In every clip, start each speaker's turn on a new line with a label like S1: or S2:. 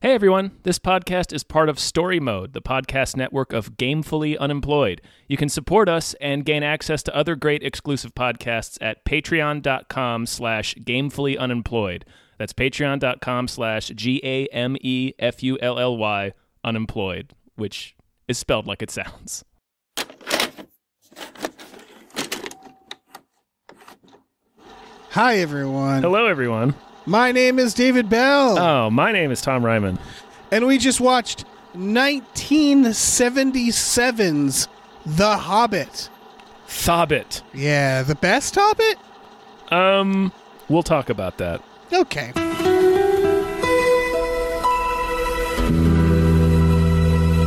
S1: Hey everyone, this podcast is part of Story Mode, the podcast network of Gamefully Unemployed. You can support us and gain access to other great exclusive podcasts at patreon.com slash gamefully unemployed. That's patreon.com slash G A M E F U L L Y unemployed, which is spelled like it sounds.
S2: Hi, everyone.
S1: Hello everyone.
S2: My name is David Bell,
S1: Oh, my name is Tom Ryman.
S2: and we just watched 1977's The Hobbit.
S1: Thobbit.
S2: Yeah, the best Hobbit?
S1: Um, we'll talk about that.
S2: Okay.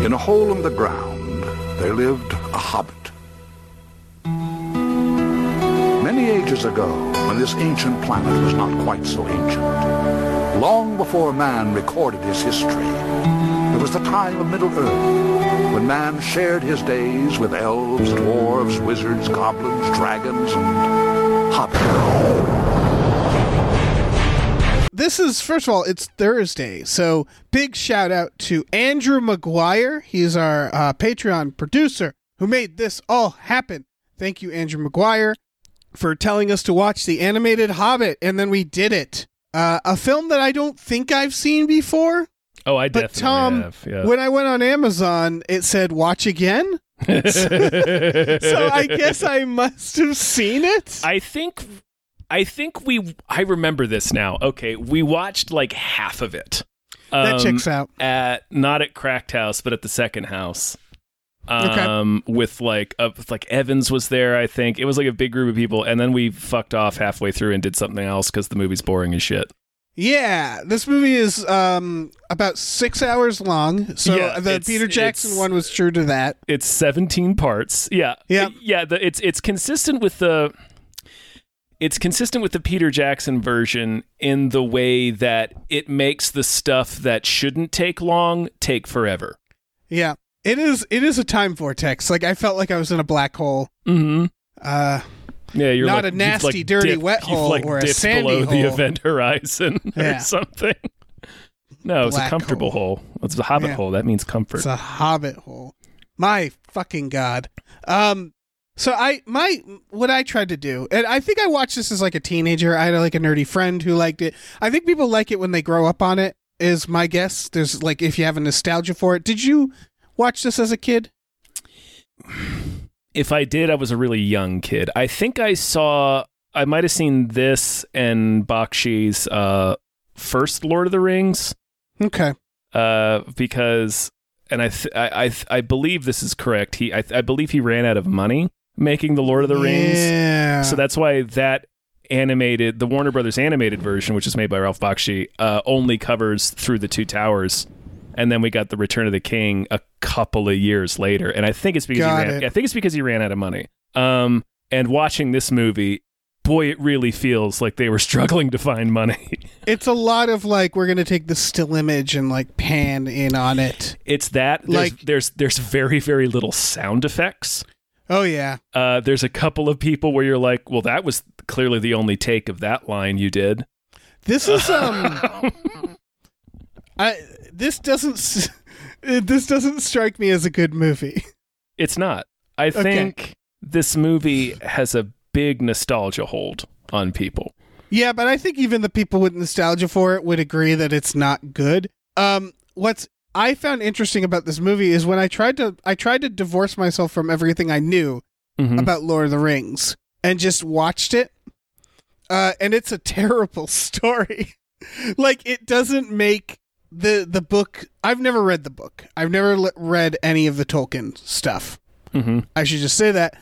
S3: In a hole in the ground, there lived a hobbit. Many ages ago, when this ancient planet was not quite so ancient, long before man recorded his history, there was the time of Middle Earth, when man shared his days with elves, dwarves, wizards, goblins, dragons, and hobbits.
S2: This is, first of all, it's Thursday, so big shout out to Andrew McGuire. He's our uh, Patreon producer who made this all happen. Thank you, Andrew McGuire, for telling us to watch the animated Hobbit, and then we did it. Uh, a film that I don't think I've seen before,
S1: Oh, I
S2: But
S1: definitely
S2: Tom,
S1: have. Yeah.
S2: when I went on Amazon, it said watch again. So I guess I must have seen it.
S1: I think I think we I remember this now. Okay, we watched like half of it.
S2: that
S1: Um,
S2: checks out.
S1: At not at Cracked House, but at the second house.
S2: Okay.
S1: Um with like uh, with like Evans was there, I think. It was like a big group of people and then we fucked off halfway through and did something else cuz the movie's boring as shit.
S2: Yeah, this movie is um, about six hours long. So
S1: Yeah,
S2: the
S1: it's-
S2: Peter Jackson
S1: it's-
S2: one was true to that.
S1: It's 17 parts. Yeah.
S2: Yeah.
S1: Yeah, the, it's it's consistent with the it's consistent with the Peter Jackson version in the way that it makes the stuff that shouldn't take long take forever.
S2: Yeah, it is. It is a time vortex. Like I felt like I was in a black hole.
S1: Mm-hmm.
S2: Uh,
S1: Yeah, you're
S2: Not
S1: like- you've,
S2: a nasty,
S1: like,
S2: dirty
S1: dipped-
S2: wet hole
S1: you've, like,
S2: or a
S1: dipped
S2: sandy
S1: below the
S2: hole.
S1: event horizon
S2: Yeah.
S1: or something. No, it's a
S2: Black
S1: comfortable hole. It's a hobbit
S2: Yeah.
S1: hole. That means comfort.
S2: it's a hobbit hole. My fucking god. Um, so I my what I tried to do, and I think I watched this as like a teenager. I had like a nerdy friend who liked it. I think people like it when they grow up on it. Is my guess. There's like if you have a nostalgia for it. Did you watch this as a kid?
S1: if I did, I was a really young kid. I think I saw, I might have seen this and Bakshi's uh, first Lord of the Rings
S2: Okay.
S1: uh, because, and I, th- I, I, th- I believe this is correct. He, I, th- I believe he ran out of money making the Lord of the Rings,
S2: Yeah.
S1: so that's why that animated, the Warner Brothers animated version, which is made by Ralph Bakshi, uh, only covers through the Two Towers. And then we got the Return of the King a couple of years later, and I think it's because
S2: Got
S1: he ran,
S2: it.
S1: I think it's because he ran out of money. Um, and watching this movie, boy, it really feels like they were struggling to find money.
S2: it's a lot of like we're gonna take the still image and like pan in on it.
S1: It's that there's,
S2: Like-
S1: there's there's very very little sound effects.
S2: Oh yeah.
S1: Uh, there's a couple of people where you're like, well, that was clearly the only take of that line you did.
S2: This is um. I this doesn't s- this doesn't strike me as a good movie.
S1: It's not. I think this movie has a big nostalgia hold on people.
S2: Yeah, but I think even the people with nostalgia for it would agree that it's not good. Um, what's I found interesting about this movie is when I tried to I tried to divorce myself from everything I knew
S1: Mhm.
S2: about Lord of the Rings and just watched it. Uh, and it's a terrible story. like it doesn't make the the book. I've never read the book. I've never le- read any of the Tolkien stuff.
S1: Mhm.
S2: I should just say that.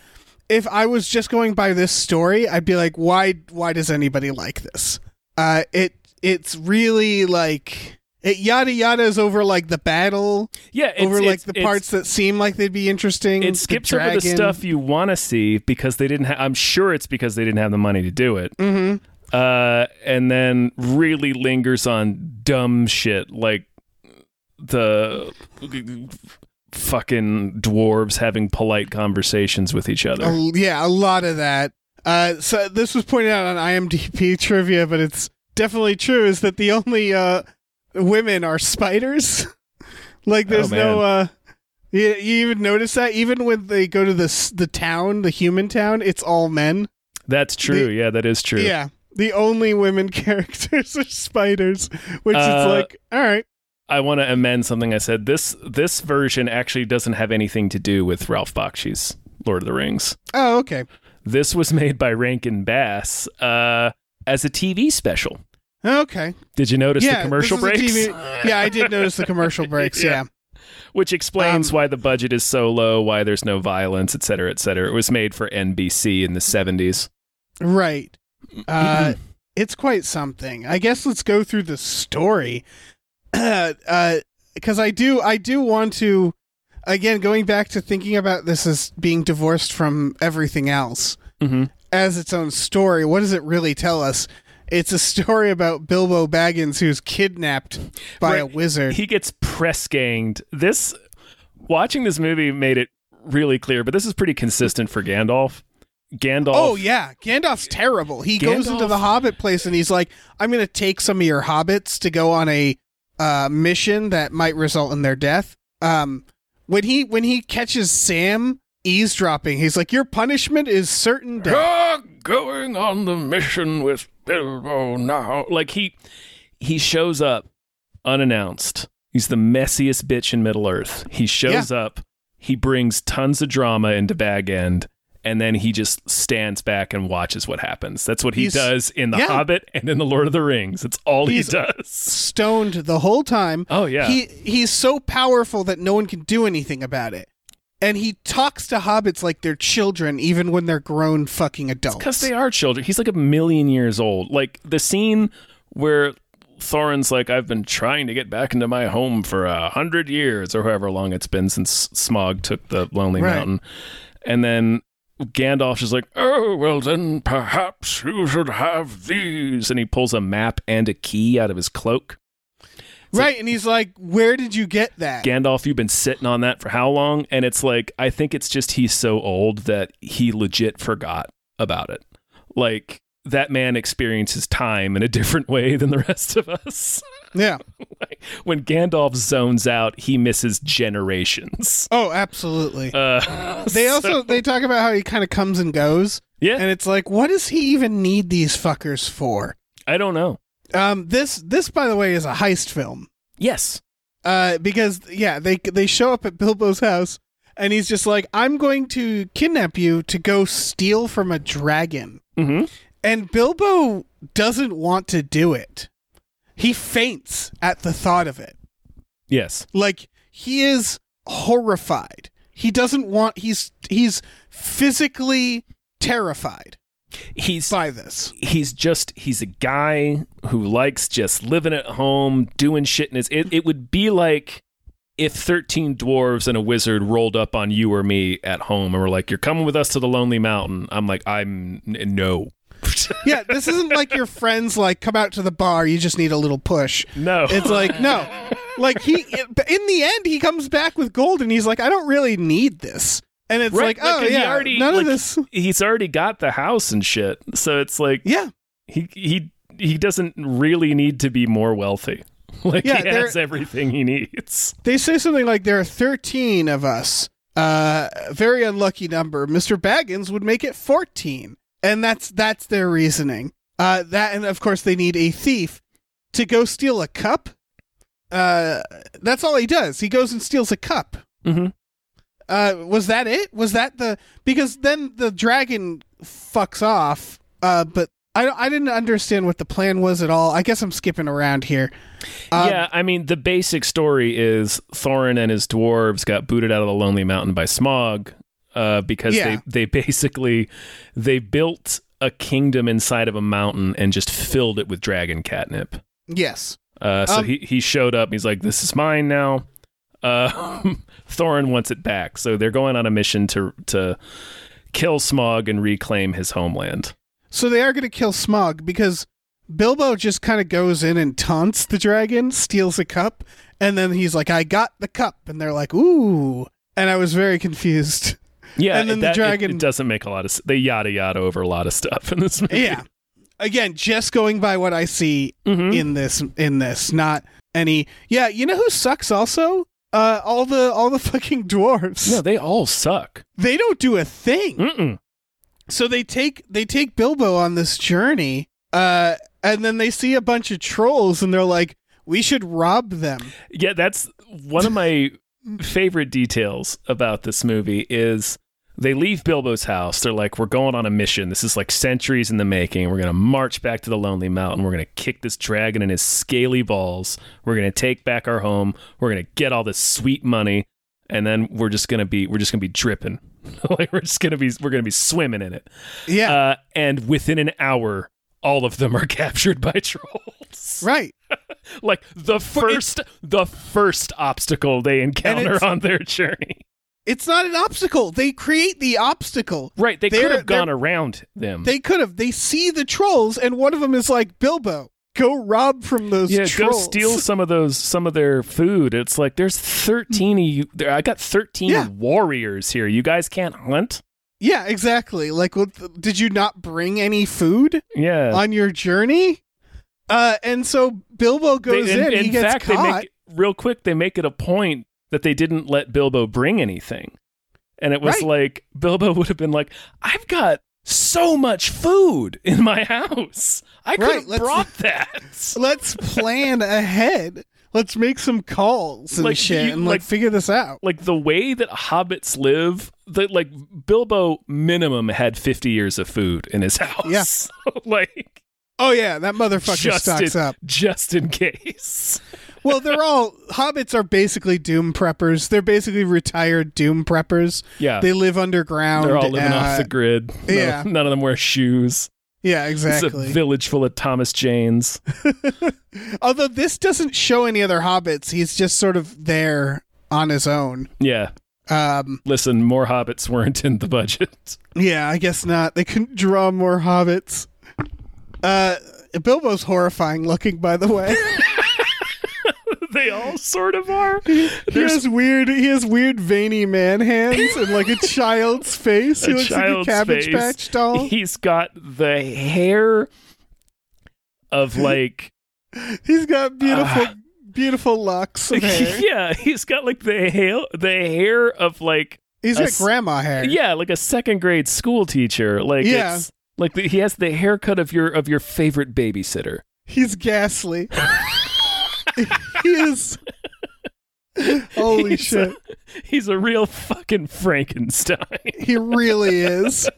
S2: If I was just going by this story, I'd be like, why why does anybody like this? Uh it it's really like it yada yadas over like the battle,
S1: Yeah, it's,
S2: over like
S1: it's-
S2: the
S1: it's-
S2: parts that seem like they'd be interesting.
S1: It skips over the stuff you want to see because they didn't. Ha- I'm sure it's because they didn't have the money to do it.
S2: Mm-hmm.
S1: Uh, and then really lingers on dumb shit like the fucking dwarves having polite conversations with each other.
S2: A- yeah, a lot of that. Uh, so this was pointed out on IMDb trivia, but it's definitely true. Is that the only uh, women are spiders. like there's
S1: Oh,
S2: no
S1: man.
S2: uh you, you even notice that even when they go to the s- the town, the human town, it's all men.
S1: That's true. yeah, that is true.
S2: Yeah. The only women characters are spiders, which
S1: Uh,
S2: is like, all right.
S1: I want to amend something I said. This this version actually doesn't have anything to do with Ralph Bakshi's Lord of the Rings.
S2: Oh, okay.
S1: This was made by Rankin Bass uh, as a TV special.
S2: Okay.
S1: Did you notice
S2: yeah,
S1: the commercial
S2: this
S1: breaks?
S2: is a TV yeah, I did notice the commercial breaks.
S1: Yeah.
S2: Yeah.
S1: Which
S2: Um,
S1: explains why the budget is so low, why there's no violence, et cetera, et cetera. It was made for NBC in the 70s.
S2: Right. Uh, it's quite something. I guess let's go through the story. Because I do, I do want to, again, going back to thinking about this as being divorced from everything else
S1: Mm-hmm.
S2: as its own story. What does it really tell us? It's a story about Bilbo Baggins who's kidnapped by a
S1: Right.
S2: wizard.
S1: He gets press ganged. This watching this movie made it really clear, but this is pretty consistent for Gandalf. Gandalf
S2: Oh yeah, Gandalf's terrible. He goes into
S1: Gandalf-
S2: the Hobbit place and he's like, "I'm going to take some of your hobbits to go on a uh, mission that might result in their death." Um, when he when he catches Sam eavesdropping, he's like, "Your punishment is certain death."
S1: You're going on the mission with Bilbo now. Like he he shows up unannounced. He's the messiest bitch in Middle Earth. He shows up, he brings tons of drama into Bag End, and then he just stands back and watches what happens. That's what he
S2: He's-
S1: does in The
S2: yeah.
S1: Hobbit and in The Lord of the Rings. It's all he
S2: He's-
S1: does.
S2: Stoned the whole time.
S1: Oh yeah.
S2: He he's so powerful that no one can do anything about it. And he talks to hobbits like they're children, even when they're grown fucking adults.
S1: Because they are children. He's like a million years old. Like the scene where Thorin's like, I've been trying to get back into my home for a hundred years or however long it's been since Smog took the Lonely
S2: Right.
S1: Mountain. And then Gandalf is like, Oh, well, then perhaps you should have these. And he pulls a map and a key out of his cloak.
S2: right, and he's like, "Where did you get that?"
S1: Gandalf, you've been sitting on that for how long? And it's like, I think it's just he's so old that he legit forgot about it. Like, that man experiences time in a different way than the rest of us.
S2: yeah.
S1: like, when Gandalf zones out, he misses generations.
S2: Oh, absolutely.
S1: Uh,
S2: They
S1: so-
S2: also they talk about how he kind of comes and goes,
S1: yeah,
S2: and it's like, what does he even need these fuckers for?
S1: I don't know.
S2: Um, this this by the way is a heist film.
S1: Yes,
S2: Uh, because yeah, they they show up at Bilbo's house, and he's just like, I'm going to kidnap you to go steal from a dragon,
S1: hmm
S2: and Bilbo doesn't want to do it. He faints at the thought of it.
S1: yes,
S2: Like he is horrified. He doesn't want. He's he's physically terrified.
S1: he's
S2: by this.
S1: he's just he's a guy who likes just living at home, doing shit in his it, it would be like if 13 dwarves and a wizard rolled up on you or me at home and were like, You're coming with us to the Lonely Mountain. I'm like, I'm n- no.
S2: Yeah, this isn't like your friends like come out to the bar. You just need a little push.
S1: No.
S2: It's like no, like he. But in the end, he comes back with gold, and he's like, I don't really need this. And it's
S1: Right,
S2: like, oh
S1: he
S2: yeah,
S1: already-
S2: none
S1: like,
S2: of this.
S1: He's already got the house and shit. So it's like
S2: Yeah,
S1: he he he doesn't really need to be more wealthy. Like
S2: Yeah,
S1: he
S2: there-
S1: has everything he needs.
S2: they say something like there are thirteen of us. Uh, very unlucky number. Mister Baggins would make it fourteen, and that's that's their reasoning. Uh, that and of course they need a thief to go steal a cup. Uh, that's all he does. He goes and steals a cup.
S1: Mm-hmm.
S2: uh was that it was that the because then the dragon fucks off uh but i don't- i didn't understand what the plan was at all i guess i'm skipping around here Um,
S1: yeah, I mean, the basic story is Thorin and his dwarves got booted out of the Lonely Mountain by Smog uh, because
S2: Yeah.
S1: they, they basically they built a kingdom inside of a mountain and just filled it with dragon catnip.
S2: yes
S1: Uh, so
S2: Um,
S1: he, he showed up. And he's like, "This is mine now." Uh, Thorin wants it back, so they're going on a mission to to kill Smog and reclaim his homeland.
S2: so they are going to kill smog because bilbo just kind of goes in and taunts the dragon steals a cup and then he's like i got the cup and they're like ooh and i was very confused
S1: Yeah,
S2: And then the
S1: that- it-
S2: dragon-
S1: it, doesn't make a lot of. s- They yada yada over a lot of stuff in this movie.
S2: yeah again just going by what i see
S1: Mhm.
S2: in this in this not And he, yeah, you know who sucks also? Uh, all the all the fucking dwarves.
S1: No, they all suck.
S2: They don't do a thing.
S1: Mm-mm.
S2: So they take they take Bilbo on this journey, uh, and then they see a bunch of trolls, and they're like, "We should rob them."
S1: Yeah, that's one of my favorite details about this movie is they leave Bilbo's house. They're like, "We're going on a mission. This is like centuries in the making. We're going to march back to the Lonely Mountain. We're going to kick this dragon in his scaly balls. We're going to take back our home. We're going to get all this sweet money, and then we're just going to be we're just going to be dripping. like we're just going to be we're going to be swimming in it."
S2: Yeah,
S1: Uh, and within an hour, all of them are captured by trolls.
S2: right.
S1: Like the
S2: it-
S1: first, the first obstacle they encounter
S2: it's-
S1: on their journey.
S2: It's not an obstacle. They create the obstacle.
S1: Right, they
S2: They're-
S1: could have gone
S2: they're-
S1: around them.
S2: They could have. They see the trolls, and one of them is like, "Bilbo, go rob from those
S1: yeah,
S2: trolls."
S1: go steal some of those, some of their food. It's like there's thirteen. Of you, there, I got thirteen
S2: Yeah.
S1: warriors here. You guys can't hunt.
S2: Yeah, exactly. Like, what, did you not bring any food
S1: Yeah,
S2: on your journey? Uh, and so Bilbo
S1: They-
S2: goes in. he gets
S1: fact,
S2: caught.
S1: they make real quick. They make it a point that they didn't let Bilbo bring anything, and it was
S2: Right.
S1: like Bilbo would have been like, "I've got so much food in my house. I could
S2: Right,
S1: have
S2: let's-
S1: brought that."
S2: Let's plan ahead. Let's make some calls and
S1: Like,
S2: shit,
S1: you-
S2: and like,
S1: like-
S2: figure this out.
S1: like the way that hobbits live, that like Bilbo minimum had fifty years of food in his house. Yeah. like
S2: Oh yeah, that motherfucker
S1: just
S2: stocks
S1: in,
S2: up.
S1: just in case.
S2: Well, they're all hobbits are basically doom preppers. They're basically retired doom preppers.
S1: Yeah.
S2: They live underground.
S1: They're all living off
S2: uh,
S1: the grid. None,
S2: yeah.
S1: none of them wear shoes.
S2: Yeah,
S1: It's a
S2: exactly.
S1: village full of Thomas Janes.
S2: Although this doesn't show any other hobbits, he's just sort of there on his own.
S1: Yeah.
S2: Um,
S1: Listen, more hobbits weren't in the budget.
S2: yeah, I guess not. They couldn't draw more hobbits. Uh, Bilbo's horrifying looking, by the way.
S1: they all sort of are.
S2: he
S1: There's
S2: has weird, he has weird veiny man hands and like a child's face. he
S1: a
S2: looks like a
S1: child's
S2: cabbage
S1: face.
S2: patch doll.
S1: He's got the hair of like
S2: He's got beautiful, beautiful locks of hair.
S1: Ah. Yeah, he's got like the hair the hair of like
S2: He's
S1: A
S2: got
S1: s-
S2: grandma hair.
S1: yeah, like a second grade school teacher. Like
S2: Yeah.
S1: it's like the, he has the haircut of your of your favorite babysitter.
S2: He's ghastly. he is. Holy
S1: He's
S2: shit.
S1: a- he's a real fucking Frankenstein.
S2: He really is.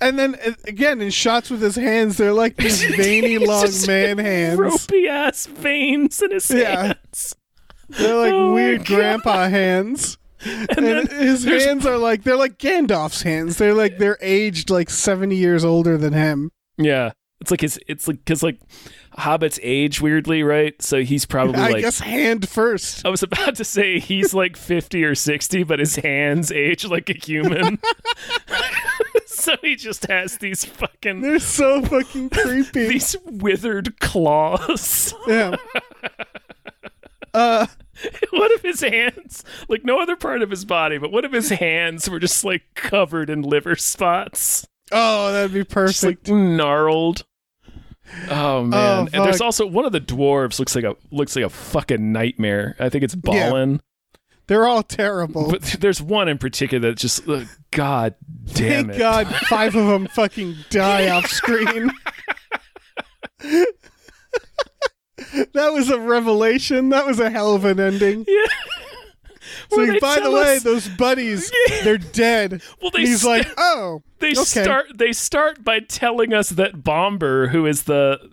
S2: And then uh, again, in shots with his hands, they're like these veiny,
S1: He's
S2: long
S1: just
S2: man hands.
S1: Ropey ass veins in his
S2: Yeah.
S1: hands.
S2: They're like
S1: Oh my
S2: weird
S1: God.
S2: grandpa hands. And, his
S1: there's-
S2: hands are like they're like Gandalf's hands. They're like they're aged like seventy years older than him.
S1: Yeah. It's like his it's like cuz like hobbits age weirdly, right? So he's probably
S2: I
S1: like
S2: guess hand first.
S1: I was about to say he's like 50 or 60, but his hands age like a human. so he just has these fucking
S2: They're so fucking creepy.
S1: these withered claws.
S2: yeah. Uh,
S1: what if his hands, like no other part of his body, but what if his hands were just like covered in liver spots?
S2: oh, that'd be
S1: Just like
S2: perfect.
S1: gnarled. Oh man. and there's
S2: fuck.
S1: also one of the dwarves looks like a looks like a fucking nightmare. I think it's
S2: Yeah.
S1: Balin.
S2: They're all terrible.
S1: But th- there's one in particular that just, uh, God damn
S2: Thank
S1: it.
S2: God five of them fucking die off screen. that was a revelation. That was a hell of an ending.
S1: Yeah.
S2: So,
S1: Where they
S2: by the
S1: tell
S2: way,
S1: us-
S2: those buddies, they're dead.
S1: Well, they
S2: And he's
S1: st-
S2: like, oh,
S1: they
S2: okay.
S1: start they start by telling us that Bomber, who is the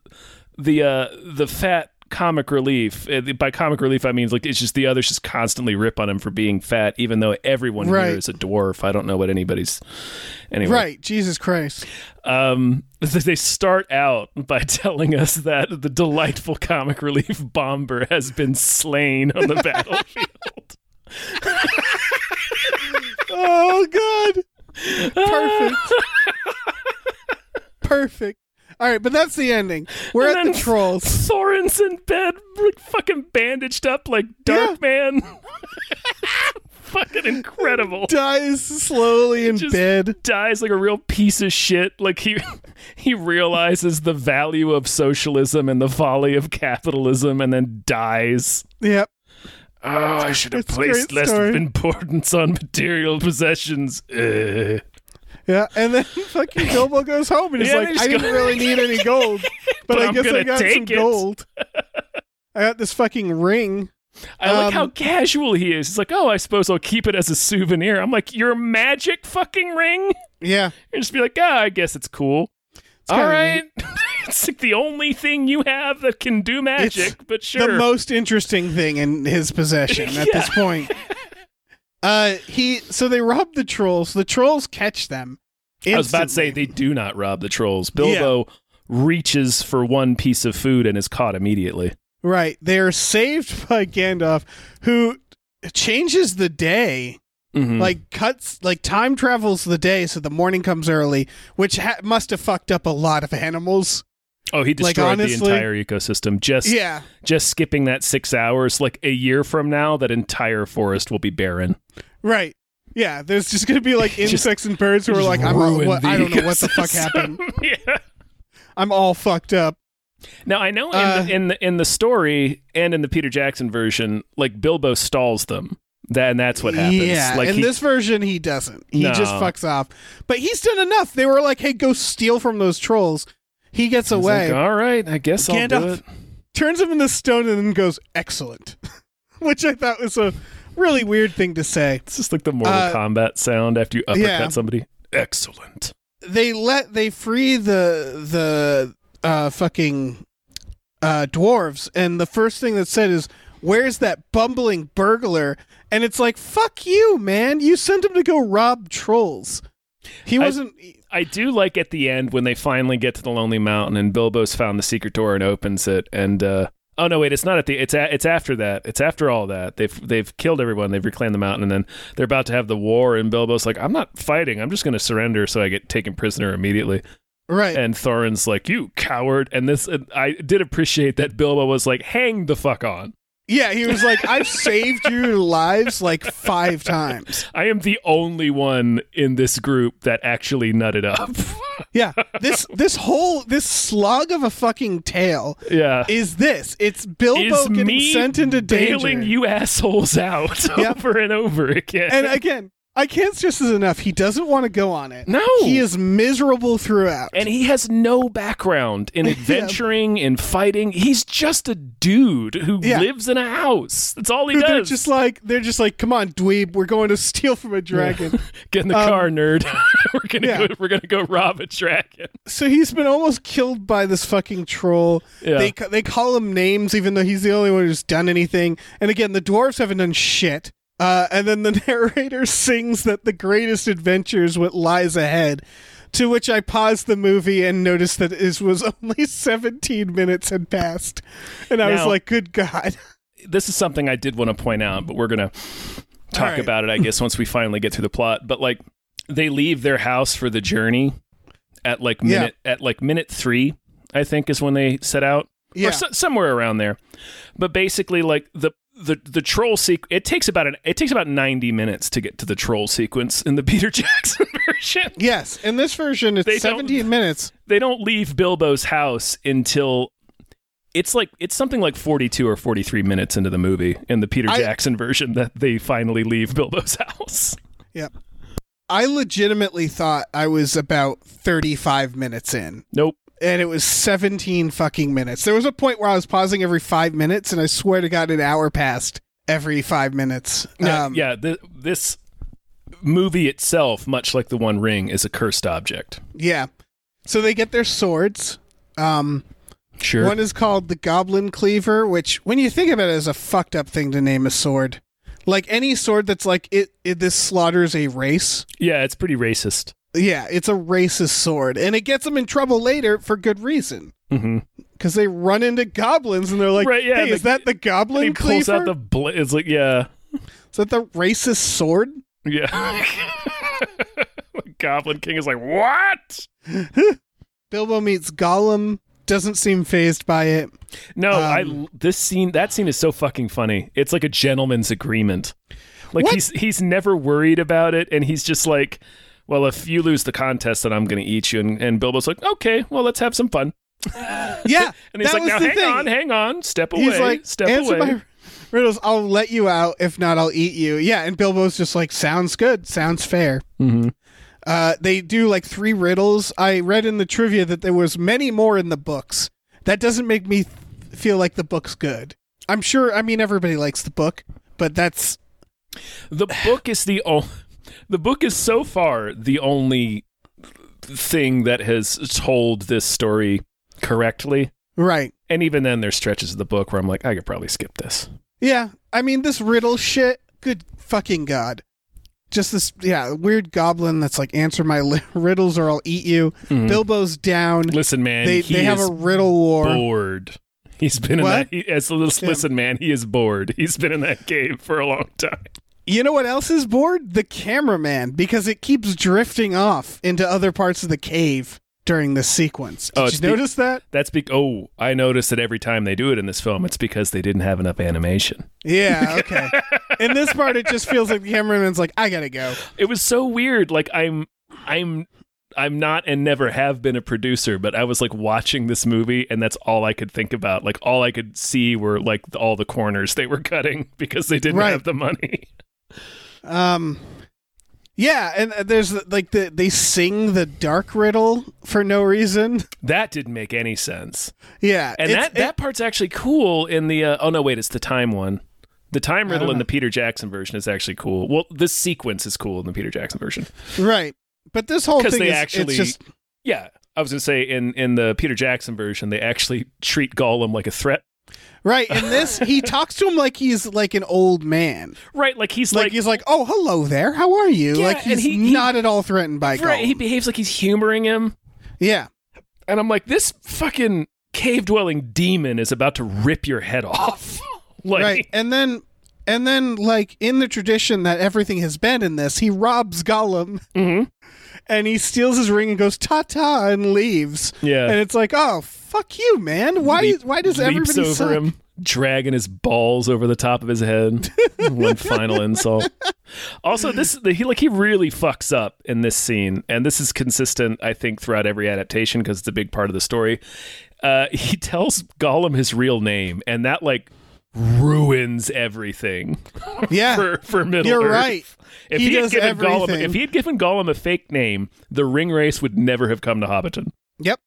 S1: the uh, the fat comic relief. uh, By comic relief, I mean like it's just the others just constantly rip on him for being fat, even though everyone
S2: Right.
S1: here is a dwarf. I don't know what anybody's anyway.
S2: Right, Jesus Christ.
S1: um, th- they start out by telling us that the delightful comic relief bomber has been slain on the battlefield.
S2: Oh, God. Perfect. Perfect. All right, but that's the ending. We're
S1: And
S2: at
S1: then-
S2: the trolls.
S1: Soren's in bed, like, fucking bandaged up like Dark Man. fucking incredible.
S2: dies slowly in
S1: Just
S2: bed.
S1: dies like a real piece of shit. Like he he realizes the value of socialism and the folly of capitalism, and then dies.
S2: Yep.
S1: Oh, I should have
S2: It's a
S1: placed
S2: great
S1: less
S2: story.
S1: importance on material possessions. Uh.
S2: Yeah. And then fucking Bilbo goes home and he's
S1: Yeah, they
S2: like,
S1: just
S2: I
S1: go-
S2: didn't really need any gold, but,
S1: But
S2: I
S1: I'm
S2: guess I
S1: gonna
S2: got
S1: take
S2: some
S1: it."
S2: gold. I got this fucking ring.
S1: I like how
S2: Um,
S1: casual he is. He's like, "Oh, I suppose I'll keep it as a souvenir." I'm like, "Your magic fucking ring?"
S2: Yeah.
S1: And just be like, "Ah, I guess it's cool." All
S2: kinda
S1: right, it's like the only thing you have that can do magic. but sure,
S2: the most interesting thing in his possession at this point. Uh, he so they rob the trolls. The trolls catch them.
S1: I was about to say
S2: instantly.
S1: they do not rob the trolls. Bilbo reaches for one piece of food and is caught immediately.
S2: right. They are saved by Gandalf, who changes the day.
S1: Mhm.
S2: Like cuts, like time travels the day, so the morning comes early, which ha- must have fucked up a lot of animals.
S1: oh, he
S2: like,
S1: destroyed
S2: honestly-
S1: the entire ecosystem. Just
S2: Yeah,
S1: just skipping that six hours, like a year from now, that entire forest will be barren.
S2: right. Yeah, there's just gonna be like
S1: Just-
S2: insects and birds who are like, I'm all,
S1: Ruined
S2: what,
S1: the
S2: I don't know what the fuck
S1: ecosystem.
S2: happened.
S1: yeah.
S2: I'm all fucked up.
S1: Now I know in,
S2: Uh,
S1: the, in the in the story and in the Peter Jackson version, like Bilbo stalls them. That and that's what happens.
S2: Yeah,
S1: like
S2: in
S1: he-
S2: this version, he doesn't. He
S1: No.
S2: just fucks off. But he's done enough. They were like, "Hey, go steal from those trolls." He gets
S1: he's
S2: away,
S1: like, All right, I guess I'll do
S2: Gandalf-
S1: it.
S2: turns him into stone, and then goes, "Excellent," which I thought was a really weird thing to say.
S1: It's just like the Mortal
S2: Uh,
S1: Kombat sound after you uppercut
S2: yeah.
S1: somebody. Excellent.
S2: They let they free the the uh, fucking uh, dwarves, and the first thing that's said is. Where's that bumbling burglar? And it's like, fuck you, man. You sent him to go rob trolls. He
S1: I-
S2: wasn't.
S1: I do like at the end when they finally get to the Lonely Mountain and Bilbo's found the secret door and opens it and uh oh no wait it's not at the it's a, it's after that it's after all that they've they've killed everyone they've reclaimed the mountain and then they're about to have the war and Bilbo's like I'm not fighting I'm just going to surrender so I get taken prisoner immediately
S2: right.
S1: and Thorin's like you coward and this and I did appreciate that Bilbo was like hang the fuck on
S2: Yeah, he was like, I've saved your lives like five times.
S1: I am the only one in this group that actually nutted up
S2: Yeah. This this whole this slog of a fucking tale
S1: yeah
S2: is this. It's Bilbo
S1: is
S2: getting
S1: me
S2: sent into danger.
S1: bailing you assholes out
S2: Yep.
S1: over and over again.
S2: and again, I can't stress this enough. He doesn't want to go on it.
S1: No.
S2: He is miserable throughout.
S1: and he has no background in adventuring, in fighting. He's just a dude who
S2: Yeah.
S1: lives in a house. That's all he
S2: they're
S1: does.
S2: just like they're just like, come on, dweeb, we're going to steal from a dragon.
S1: Get in the
S2: um,
S1: car, nerd. we're gonna
S2: yeah.
S1: go, we're gonna go rob a dragon.
S2: so he's been almost killed by this fucking troll.
S1: Yeah.
S2: They ca- they call him names even though he's the only one who's done anything. And again, the dwarves haven't done shit. Uh, and then the narrator sings that the greatest adventure is what lies ahead. To which I paused the movie and noticed that it was only 17 minutes had passed. And I was
S1: Now-
S2: like, good God.
S1: This is something I did want to point out, but we're gonna talk
S2: right.
S1: about it, I guess, once we finally get through the plot. But like, they leave their house for the journey at like
S2: Yeah.
S1: minute at like minute three, I think, is when they set out.
S2: Yeah.
S1: or so, somewhere around there. But basically, like the the the troll sequ it takes about an it takes about ninety minutes to get to the troll sequence in the Peter Jackson version.
S2: yes. In this version,
S1: They
S2: it's
S1: don't-
S2: 17 minutes.
S1: They don't leave Bilbo's house until. It's like it's something like forty-two or forty-three minutes into the movie in the Peter
S2: I-
S1: Jackson version that they finally leave Bilbo's house.
S2: Yep. I legitimately thought I was about 35 minutes in.
S1: Nope.
S2: and it was 17 fucking minutes. There was a point where I was pausing every five minutes, and I swear to God, an hour passed every five minutes.
S1: Yeah,
S2: Um,
S1: Uh, yeah. Th- this movie itself, much like the One Ring, is a cursed object.
S2: yeah. So they get their swords. Um,
S1: Sure.
S2: One is called the Goblin Cleaver, which, when you think about it, is a fucked up thing to name a sword. Like any sword that's like it, it this slaughters a race.
S1: yeah, it's pretty racist.
S2: Yeah, it's a racist sword, and it gets them in trouble later for good reason.
S1: Mm-hmm.
S2: Because they run into goblins and they're like,
S1: Right, yeah,
S2: "Hey,
S1: the-
S2: is that the goblin
S1: he pulls
S2: cleaver?
S1: out the bla- it's like yeah
S2: is that the racist sword?"
S1: yeah goblin king is like what
S2: Bilbo meets Gollum, doesn't seem phased by it.
S1: no
S2: Um,
S1: i this scene that scene is so fucking funny it's like a gentleman's agreement Like
S2: What?
S1: he's he's never worried about it, and he's just like, well, if you lose the contest, then I'm going to eat you. And, and Bilbo's like, okay, well, let's have some fun.
S2: Yeah,
S1: And he's
S2: that
S1: like,
S2: was
S1: now
S2: the
S1: hang
S2: thing.
S1: on, hang on, step away,
S2: He's like,
S1: step
S2: answer
S1: away.
S2: my riddles. I'll let you out. If not, I'll eat you. Yeah, and Bilbo's just like, sounds good. Sounds fair.
S1: Mhm.
S2: Uh, they do like three riddles. I read in the trivia that there was many more in the books. That doesn't make me th- feel like the book's good. I'm sure. I mean, everybody likes the book, but that's
S1: The book is the o- the book is so far the only thing that has told this story correctly.
S2: right.
S1: And even then, there's stretches of the book where I'm like, I could probably skip this.
S2: Yeah, I mean, this riddle shit. Good fucking god. Just this, yeah, weird goblin that's like, answer my li- riddles or I'll eat you. Bilbo's down.
S1: Listen, man,
S2: they
S1: Mm-hmm. he
S2: they have
S1: is
S2: a riddle war.
S1: bored. He's been in
S2: What?
S1: that. He, as a little,
S2: Yeah.
S1: listen, man, he is bored. He's been in that cave for a long time.
S2: You know what else is bored? The cameraman, because it keeps drifting off into other parts of the cave during this sequence. Did
S1: Oh,
S2: you
S1: it's the-
S2: notice that?
S1: That's be- oh, I noticed that every time they do it in this film, it's because they didn't have enough animation.
S2: Yeah, okay. In this part, it just feels like the cameraman's like, I gotta go.
S1: It was so weird. Like I'm, I'm, I'm not, and never have been a producer, but I was like watching this movie, and that's all I could think about. Like all I could see were like all the corners they were cutting because they didn't
S2: Right.
S1: have the money.
S2: Um, yeah, and uh, there's like the they sing the dark riddle for no reason.
S1: That didn't make any sense.
S2: Yeah,
S1: And
S2: it's-
S1: that, that part's actually cool in the. Uh, oh no, wait, it's the time one. The time riddle in the Peter Jackson version is actually cool. Well, this sequence is cool in the Peter Jackson version.
S2: it- right. But this whole
S1: 'Cause
S2: thing
S1: they
S2: is
S1: actually-
S2: it's just
S1: Yeah, I was gonna say in in the Peter Jackson version, they actually treat Gollum like a threat.
S2: right. In this, he talks to him like he's like an old man.
S1: Right, like he's
S2: Like,
S1: like,
S2: he's like, "Oh, hello there. How are you?"
S1: Yeah,
S2: like
S1: and
S2: he's
S1: he- he-
S2: not at all threatened by
S1: right,
S2: Gollum.
S1: he behaves like he's humoring him,
S2: Yeah.
S1: and I'm like, this fucking cave dwelling demon is about to rip your head off. like,
S2: right. And then and then like in the tradition that everything has been in this, he robs Gollum
S1: mhm.
S2: and he steals his ring and goes ta ta and leaves.
S1: Yeah.
S2: And it's like, "Oh, fuck you, man. Why
S1: Leap-
S2: why does
S1: leaps
S2: everybody
S1: over
S2: suck?
S1: him, dragging his balls over the top of his head? One final insult. Also, this the, he like he really fucks up in this scene, and this is consistent, I think, throughout every adaptation because it's a big part of the story. Uh, he tells Gollum his real name, and that like ruins everything
S2: Yeah.
S1: for for Middle
S2: You're
S1: Earth.
S2: right.
S1: If
S2: He
S1: he, had
S2: does
S1: given Gollum,
S2: everything.
S1: if he had given Gollum a fake name, the ring race would never have come to Hobbiton.
S2: Yep.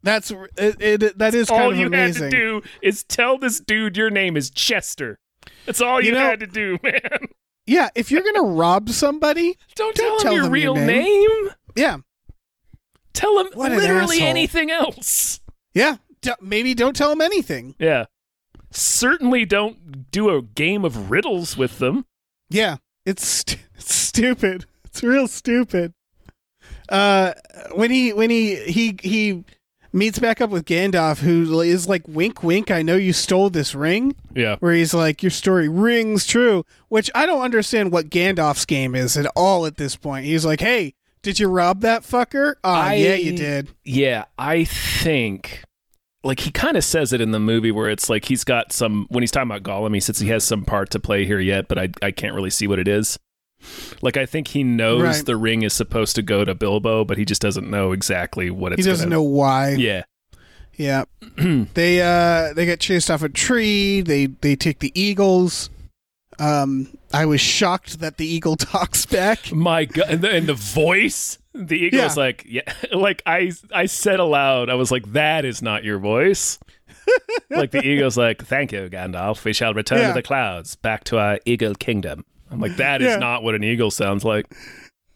S2: That's it, it, that is
S1: all
S2: kind of
S1: you
S2: amazing.
S1: had to do is tell this dude your name is Chester. That's all you,
S2: You know-
S1: had to do, man.
S2: Yeah, if you're going to rob somebody,
S1: Don't, tell
S2: Don't
S1: him
S2: tell
S1: your
S2: him your
S1: real
S2: name.
S1: name.
S2: yeah.
S1: Tell him
S2: What an
S1: literally
S2: asshole.
S1: anything else.
S2: Yeah. D- maybe don't tell him anything.
S1: Yeah. Certainly don't do a game of riddles with them.
S2: Yeah, it's, st- it's stupid. It's real stupid. Uh, when he when he he he meets back up with Gandalf, who is like wink wink. I know you stole this ring.
S1: Yeah.
S2: Where he's like, your story rings true, which I don't understand what Gandalf's game is at all at this point. He's like, hey, did you rob that fucker? Ah,
S1: I-
S2: yeah, you did.
S1: Yeah, I think like he kind of says it in the movie where it's like he's got some when he's talking about Gollum, he says he
S2: Mm-hmm.
S1: has some part to play here yet, but I I can't really see what it is. Like I think he knows
S2: Right.
S1: the ring is supposed to go to Bilbo, but he just doesn't know exactly what it's
S2: He doesn't
S1: gonna-
S2: know why.
S1: Yeah.
S2: Yeah. they uh they get chased off a tree. They they take the eagles. Um I was shocked that the eagle talks back.
S1: My god and the, and the voice the eagle
S2: Yeah.
S1: is like yeah like I I said aloud I was like that is not your voice. like the eagle's like thank you Gandalf we shall return
S2: Yeah.
S1: to the clouds back to our eagle kingdom. I'm like that is
S2: Yeah.
S1: not what an eagle sounds like.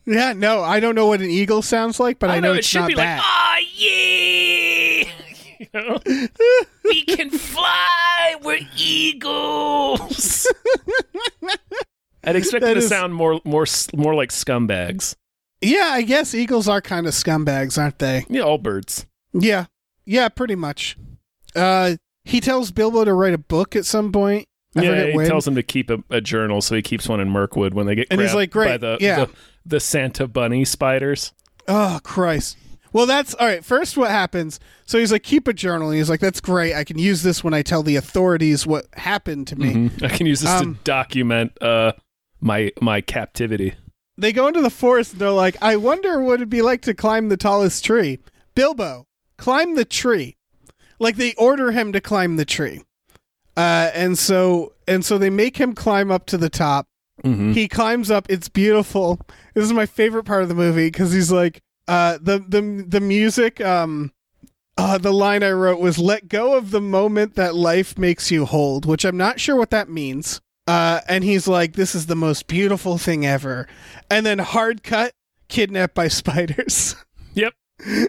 S2: Yeah, no, I don't know what an eagle sounds like, but I, know, it's
S1: it should
S2: not
S1: be
S2: that.
S1: like, ah, yeah. You know? we can fly. We're eagles. I'd expect
S2: That
S1: it to
S2: is-
S1: sound more, more, s- more like scumbags.
S2: yeah, I guess eagles are kind of scumbags, aren't they?
S1: Yeah, all birds.
S2: Yeah. Yeah, pretty much. Uh he tells Bilbo to write a book at some point. I
S1: yeah,
S2: forget
S1: he
S2: when.
S1: tells him to keep a, a journal, so he keeps one in Mirkwood when they get
S2: And he's
S1: grabbed
S2: like, great,
S1: by the,
S2: yeah.
S1: the the Santa bunny spiders.
S2: oh Christ. Well, that's all right. First, what happens? So he's like, keep a journal. And he's like, that's great. I can use this when I tell the authorities what happened to me.
S1: I can use this
S2: Um,
S1: to document uh, my my captivity.
S2: They go into the forest and they're like, I wonder what it'd be like to climb the tallest tree. Bilbo, climb the tree. Like they order him to climb the tree. Uh, and so and so they make him climb up to the top. He climbs up. It's beautiful. This is my favorite part of the movie because he's like uh, the the the music. Um, uh, the line I wrote was "Let go of the moment that life makes you hold," which I'm not sure what that means. Uh, and he's like, "This is the most beautiful thing ever," and then hard cut, kidnapped by spiders.
S1: Yep.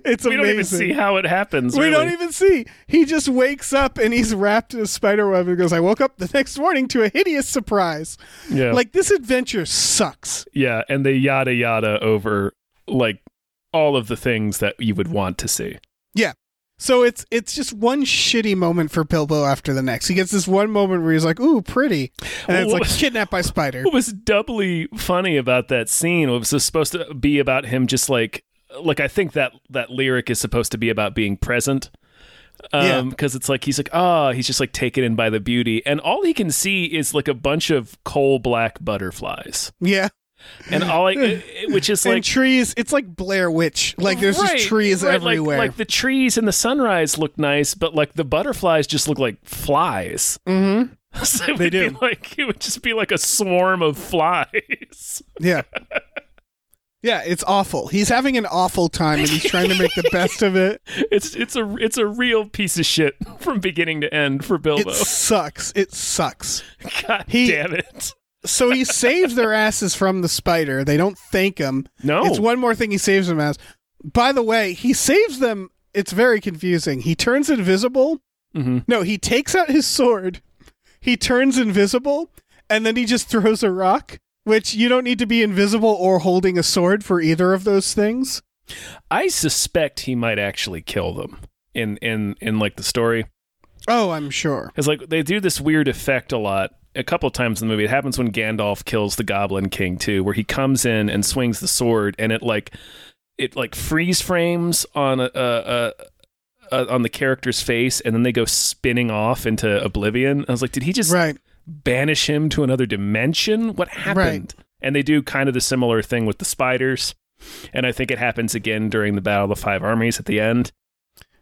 S2: it's
S1: We
S2: amazing.
S1: don't even see how it happens.
S2: We
S1: really.
S2: don't even see. He just wakes up and he's wrapped in a spider web and goes, I woke up the next morning to a hideous surprise.
S1: Yeah.
S2: Like, this adventure sucks.
S1: yeah, and they yada yada over like all of the things that you would want to see.
S2: So it's it's just one shitty moment for Bilbo after the next. He gets this one moment where he's like, ooh, pretty. And it's
S1: Well,
S2: like kidnapped by spider.
S1: What was doubly funny about that scene was it supposed to be about him just like like I think that that lyric is supposed to be about being present.
S2: Yeah.
S1: Um, because it's like he's like, ah, he's just like taken in by the beauty, and all he can see is like a bunch of coal black butterflies,
S2: Yeah.
S1: and all I, which is
S2: and
S1: like
S2: trees, it's like Blair Witch. Like there's
S1: right,
S2: just trees
S1: right, like-
S2: everywhere.
S1: Like, the trees and the sunrise look nice, but like the butterflies just look like flies.
S2: mm-hmm.
S1: So it
S2: They
S1: would be
S2: do.
S1: like it would just be like a swarm of flies.
S2: Yeah. Yeah, it's awful. He's having an awful time and he's trying to make the best of it.
S1: It's it's a it's a real piece of shit from beginning to end for Bilbo.
S2: It sucks. It sucks.
S1: God
S2: he-
S1: damn it!
S2: So he saves their asses from the spider. They don't thank him.
S1: No,
S2: It's one more thing he saves them as. By the way, he saves them. It's very confusing. He turns invisible.
S1: Mhm.
S2: No, he takes out his sword. He turns invisible, and then he just throws a rock. Which you don't need to be invisible or holding a sword for either of those things.
S1: I suspect he might actually kill them in in in like the story.
S2: Oh, I'm sure.
S1: It's like they do this weird effect a lot. A couple times in the movie, it happens when Gandalf kills the Goblin King too, where he comes in and swings the sword, and it like it like freeze frames on a, a, a, a on the character's face, and then they go spinning off into oblivion. I was like, did he just
S2: Right.
S1: banish him to another dimension? What happened? And they do kind of the similar thing with the spiders. And I think it happens again during the Battle of the Five Armies at the end.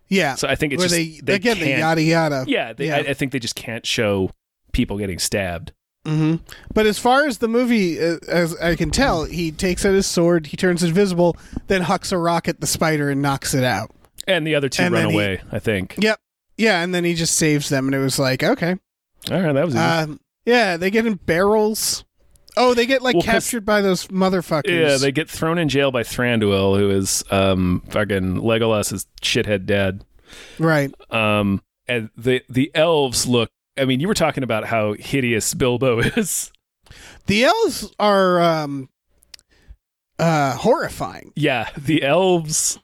S2: Yeah.
S1: So I think it's
S2: Where
S1: just
S2: they,
S1: they
S2: again the
S1: can't-
S2: yada yada.
S1: Yeah, they,
S2: Yeah.
S1: I, I think they just can't show people getting stabbed.
S2: hmm But as far as the movie, uh, as I can tell, he takes out his sword, he turns invisible, then hucks a rock at the spider and knocks it out.
S1: And the other two
S2: And
S1: run
S2: then he-
S1: away, I think.
S2: Yep. Yeah, and then he just saves them, and it was like, okay.
S1: All right, that was easy.
S2: Um, yeah, they get in barrels. Oh, they get like
S1: Well, 'cause-
S2: captured by those motherfuckers.
S1: yeah, they get thrown in jail by Thranduil, who is um fucking Legolas's shithead dad.
S2: right.
S1: Um, and the the elves look. I mean, you were talking about how hideous Bilbo is.
S2: The elves are um, uh, horrifying.
S1: yeah, the elves.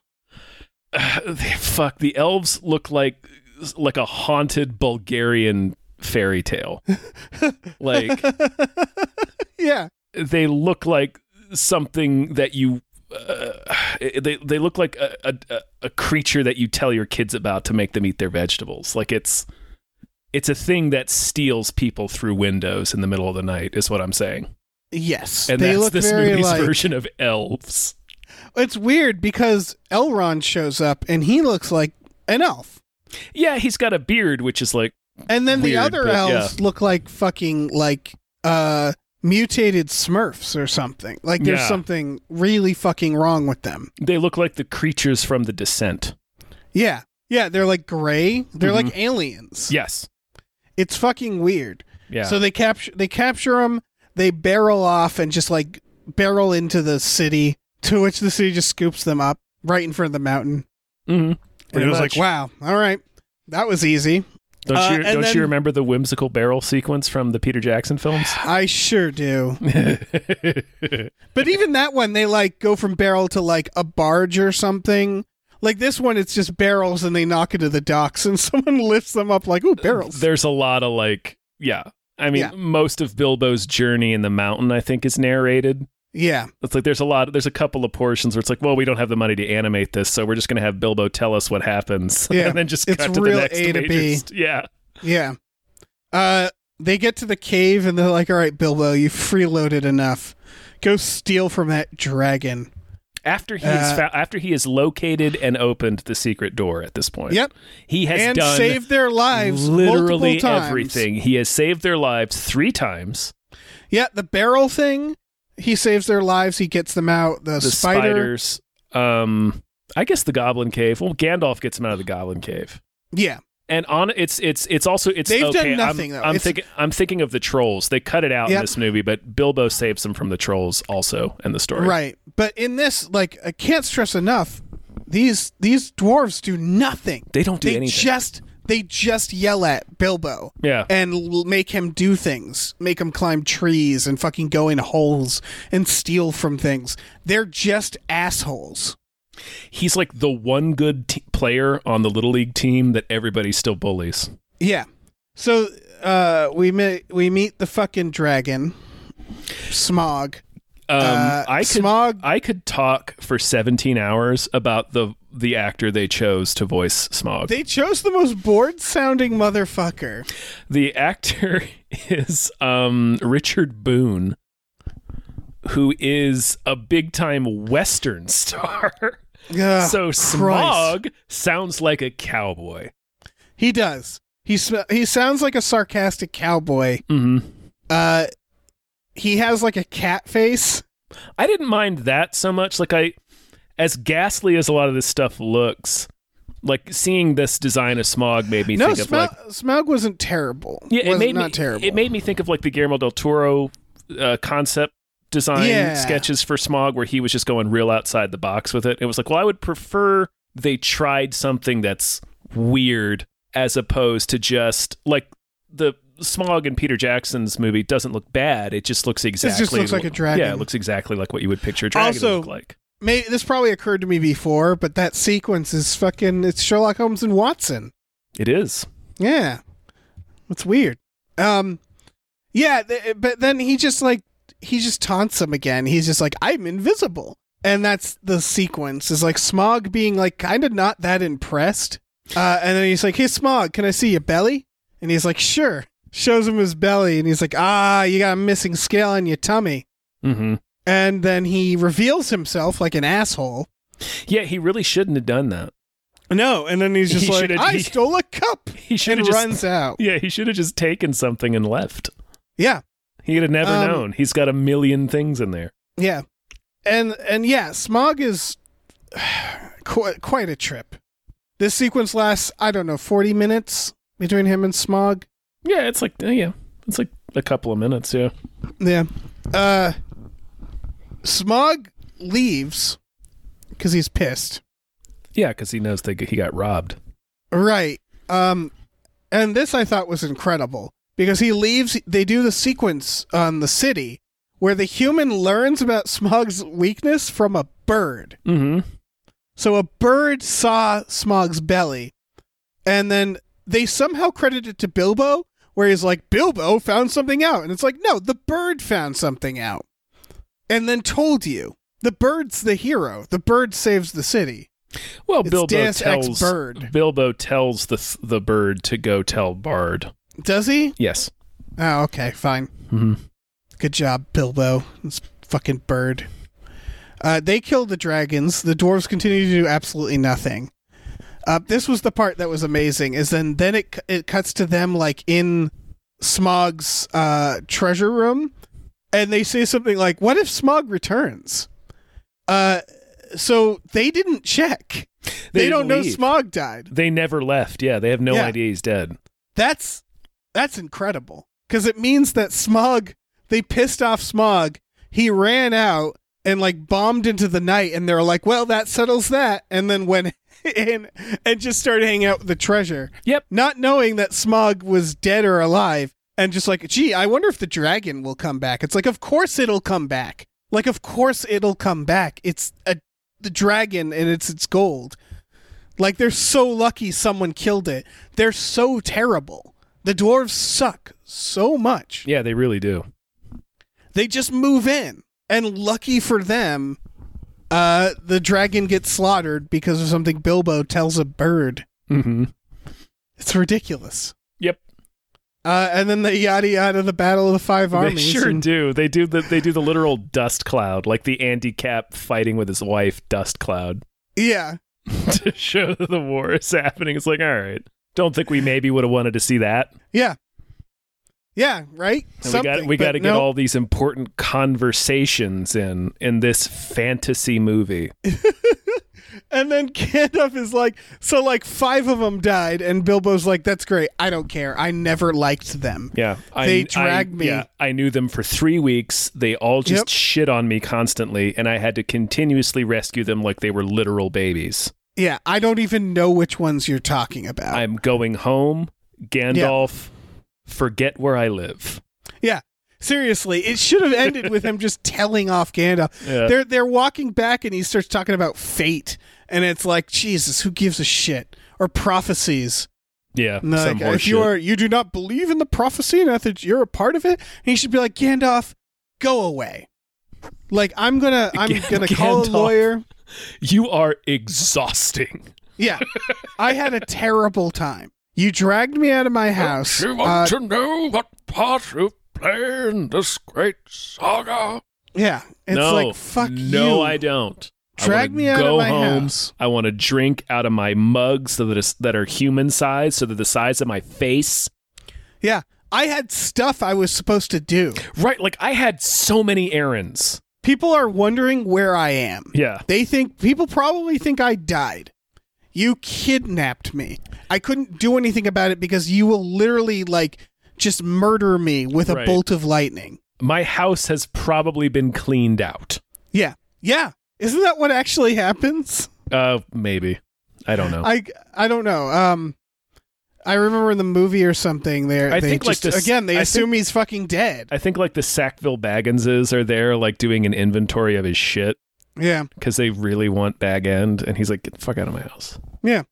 S1: they, fuck, the elves look like like a haunted Bulgarian fairy tale. like
S2: yeah,
S1: they look like something that you. Uh, they they look like a, a a- a creature that you tell your kids about to make them eat their vegetables. Like it's it's a thing that steals people through windows in the middle of the night. Is what I'm saying.
S2: yes,
S1: And
S2: they
S1: that's
S2: look
S1: this
S2: very
S1: movie's
S2: like.
S1: version of elves.
S2: It's weird because Elrond shows up and he looks like an elf,
S1: Yeah, he's got a beard, which is like.
S2: and then the
S1: Weird,
S2: other
S1: but yeah.
S2: elves look like fucking like uh mutated Smurfs or something. Like there's
S1: Yeah.
S2: something really fucking wrong with them.
S1: They look like the creatures from The Descent.
S2: Yeah. Yeah, they're like gray. They're like
S1: Mm-hmm.
S2: aliens.
S1: Yes.
S2: It's fucking weird.
S1: Yeah.
S2: So they capture they capture them, they barrel off and just like barrel into the city to which the city just scoops them up right in front of the mountain.
S1: mm-hmm.
S2: And it was like, wow, all right. That was easy.
S1: Don't
S2: Uh,
S1: you
S2: and
S1: don't
S2: then-
S1: you remember the whimsical barrel sequence from the Peter Jackson films?
S2: I sure do.
S1: yeah.
S2: But even that one they like go from barrel to like a barge or something. Like this one it's just barrels and they knock into the docks and someone lifts them up like, ooh, barrels.
S1: There's a lot of like, yeah. I mean,
S2: Yeah.
S1: most of Bilbo's journey in the mountain, I think, is narrated.
S2: Yeah.
S1: It's like there's a lot, there's a couple of portions where it's like, well, we don't have the money to animate this, so we're just going to have Bilbo tell us what happens,
S2: Yeah.
S1: and then just
S2: It's
S1: cut to
S2: real
S1: the next
S2: A to
S1: major
S2: B.
S1: st- yeah,
S2: Yeah. Uh, they get to the cave and they're like, all right, Bilbo, you freeloaded enough. Go steal from that dragon.
S1: after he has
S2: Uh,
S1: fou- after he has located and opened the secret door. At this point,
S2: Yep.
S1: he has
S2: and
S1: done
S2: save their lives.
S1: literally
S2: multiple times.
S1: everything. He has saved their lives three times.
S2: Yeah, the barrel thing. He saves their lives. He gets them out. The,
S1: The
S2: spider.
S1: spiders, um, I guess the Goblin Cave. Well, Gandalf gets him out of the Goblin Cave.
S2: Yeah.
S1: And on it's it's it's also it's
S2: They've
S1: okay,
S2: done nothing,
S1: I'm,
S2: though.
S1: I'm
S2: It's-
S1: thinking I'm thinking of the trolls. They cut it out in
S2: Yep.
S1: this movie, but Bilbo saves them from the trolls also in the story.
S2: Right. But in this, like, I can't stress enough. These these dwarves do nothing.
S1: They don't do
S2: they
S1: anything.
S2: Just they just yell at Bilbo.
S1: Yeah.
S2: And l- make him do things, make him climb trees and fucking go in holes and steal from things. They're just assholes.
S1: He's like the one good t- player on the little league team that everybody still bullies.
S2: Yeah. So uh, we meet we meet the fucking dragon, Smog.
S1: Um,
S2: Uh,
S1: I could
S2: Smog-
S1: I could talk for 17 hours about the the actor they chose to voice Smog.
S2: They chose the most bored sounding motherfucker.
S1: The actor is um, Richard Boone, who is a big time Western star.
S2: Ugh,
S1: so
S2: Ah, Christ.
S1: Smog sounds like a cowboy.
S2: He does. He sm- he sounds like a sarcastic cowboy.
S1: hmm
S2: Uh, he has like a cat face.
S1: I didn't mind that so much. Like I, as ghastly as a lot of this stuff looks, like seeing this design of Smog made me
S2: no,
S1: think of like
S2: Smaug, Smaug wasn't terrible.
S1: yeah, it
S2: wasn't
S1: made
S2: not
S1: me
S2: terrible.
S1: it made me think of like the Guillermo del Toro uh, concept design
S2: Yeah.
S1: sketches for Smog, where he was just going real outside the box with it. It was like, well, I would prefer they tried something that's weird as opposed to just like the Smog in Peter Jackson's movie doesn't look bad. It just looks exactly.
S2: looks like a dragon.
S1: Yeah, it looks exactly like what you would picture a dragon to
S2: Also-
S1: look like.
S2: May- this probably occurred to me before, but that sequence is fucking. It's Sherlock Holmes and Watson.
S1: It is.
S2: Yeah, it's weird. Um, yeah, th- eh, but then he just like he just taunts him again. He's just like, "I'm invisible," and that's the sequence is like Smog being like kind of not that impressed, uh, and then he's like, "Hey, Smog, can I see your belly?" And he's like, "Sure." Shows him his belly, and he's like, "Ah, you got a missing scale on your tummy."
S1: hmm
S2: And then he reveals himself like an asshole.
S1: Yeah, he really shouldn't have done that.
S2: No, and then he's just
S1: He
S2: like,
S1: should've-
S2: "I
S1: he-
S2: stole a cup,"
S1: He should
S2: and
S1: have just.
S2: runs out.
S1: Yeah, he should have just taken something and left.
S2: Yeah.
S1: He'd have never
S2: Um,
S1: known. He's got a million things in there.
S2: Yeah, and and yeah, Smog is quite quite a trip. This sequence lasts I don't know forty minutes between him and Smog.
S1: Yeah, it's like uh, yeah, it's like a couple of minutes. Yeah,
S2: Yeah, uh, Smog leaves because he's pissed.
S1: yeah, because he knows they g- he got robbed.
S2: Right. Um, and this I thought was incredible because he leaves. They do the sequence on the city where the human learns about Smog's weakness from a bird.
S1: Mm-hmm.
S2: So a bird saw Smog's belly, and then they somehow credit it to Bilbo, where he's like, Bilbo found something out. And it's like, no, the bird found something out and then told you. The bird's the hero. The bird saves the city.
S1: Well,
S2: It's
S1: Bilbo
S2: Deus Ex
S1: tells
S2: Bird.
S1: Bilbo tells the th- the bird to go tell Bard.
S2: Does he?
S1: Yes.
S2: Oh, okay, fine.
S1: hmm
S2: Good job, Bilbo. This fucking bird. Uh, they kill the dragons. The dwarves continue to do absolutely nothing. Uh, this was the part that was amazing. Is then then it cu- it cuts to them like in Smog's uh, treasure room, and they say something like, "What if Smog returns?" Uh, so they didn't check. They,
S1: didn't
S2: don't know
S1: leave.
S2: Smog died.
S1: They never left. Yeah, they have no
S2: Yeah.
S1: idea he's dead.
S2: That's that's incredible because it means that Smog they pissed off Smog. He ran out and like bombed into the night, and they're like, "Well, that settles that." And then went in and just started hanging out with the treasure,
S1: Yep.
S2: not knowing that Smog was dead or alive, and just like, "Gee, I wonder if the dragon will come back." It's like, of course it'll come back. Like, of course it'll come back. It's a the dragon, and it's its gold. Like they're so lucky someone killed it. They're so terrible. The dwarves suck so much.
S1: Yeah, they really do.
S2: They just move in. And lucky for them, uh, the dragon gets slaughtered because of something Bilbo tells a bird.
S1: Mm-hmm.
S2: It's ridiculous.
S1: Yep.
S2: Uh, and then the yada yada, the Battle of the Five
S1: They
S2: Armies.
S1: sure
S2: and-
S1: do. They do the they do the literal dust cloud, like the Andy Cap fighting with his wife, dust cloud,
S2: yeah.
S1: to show that the war is happening. It's like, all right, don't think we maybe would have wanted to see that.
S2: Yeah. Yeah, right?
S1: And we got
S2: Something,
S1: we
S2: but
S1: got to get
S2: no.
S1: all these important conversations in in this fantasy movie.
S2: And then Gandalf is like, so like five of them died, and Bilbo's like, that's great. I don't care. I never liked them.
S1: Yeah,
S2: They dragged me.
S1: Yeah, I knew them for three weeks. They all just
S2: Yep.
S1: shit on me constantly, and I had to continuously rescue them like they were literal babies.
S2: Yeah, I don't even know which ones you're talking about.
S1: I'm going home, Gandalf. Forget where I live.
S2: yeah. Seriously, it should have ended with him just telling off Gandalf.
S1: Yeah.
S2: They're they're walking back and he starts talking about fate and it's like, Jesus, who gives a shit? Or prophecies.
S1: Yeah,
S2: And they're
S1: some
S2: like,
S1: horseshit.
S2: if you are you do not believe in the prophecy and that you're a part of it, and he should be like, Gandalf, go away. Like I'm gonna I'm
S1: Gan-
S2: gonna call
S1: Gandalf.
S2: a lawyer.
S1: You are exhausting.
S2: Yeah. I had a terrible time. You dragged me out of
S1: Oh,
S2: my house. Uh,
S4: to know what part you play in this great saga?
S2: yeah. It's
S1: no,
S2: like fuck
S1: no,
S2: you.
S1: I don't. I
S2: Drag
S1: wanna
S2: me out of
S1: go
S2: my
S1: home.
S2: house.
S1: I want to drink out of my mugs so that it's, that are human size, so that the size of my face.
S2: Yeah. I had stuff I was supposed to do.
S1: Right, like I had so many errands.
S2: People are wondering where I am.
S1: Yeah.
S2: They think people probably think I died. You kidnapped me. I couldn't do anything about it because you will literally like just murder me with a
S1: Right.
S2: bolt of lightning.
S1: My house has probably been cleaned out.
S2: Yeah. Yeah. Isn't that what actually happens?
S1: Uh maybe. I don't know.
S2: I I don't know. Um I remember in the movie or something there
S1: I
S2: they
S1: think, like,
S2: just,
S1: this-
S2: again they
S1: I
S2: assume he's fucking dead.
S1: I think like the Sackville Bagginses are there like doing an inventory of his shit
S2: yeah.
S1: cuz they really want Bag End and he's like get the fuck out of my house.
S2: Yeah.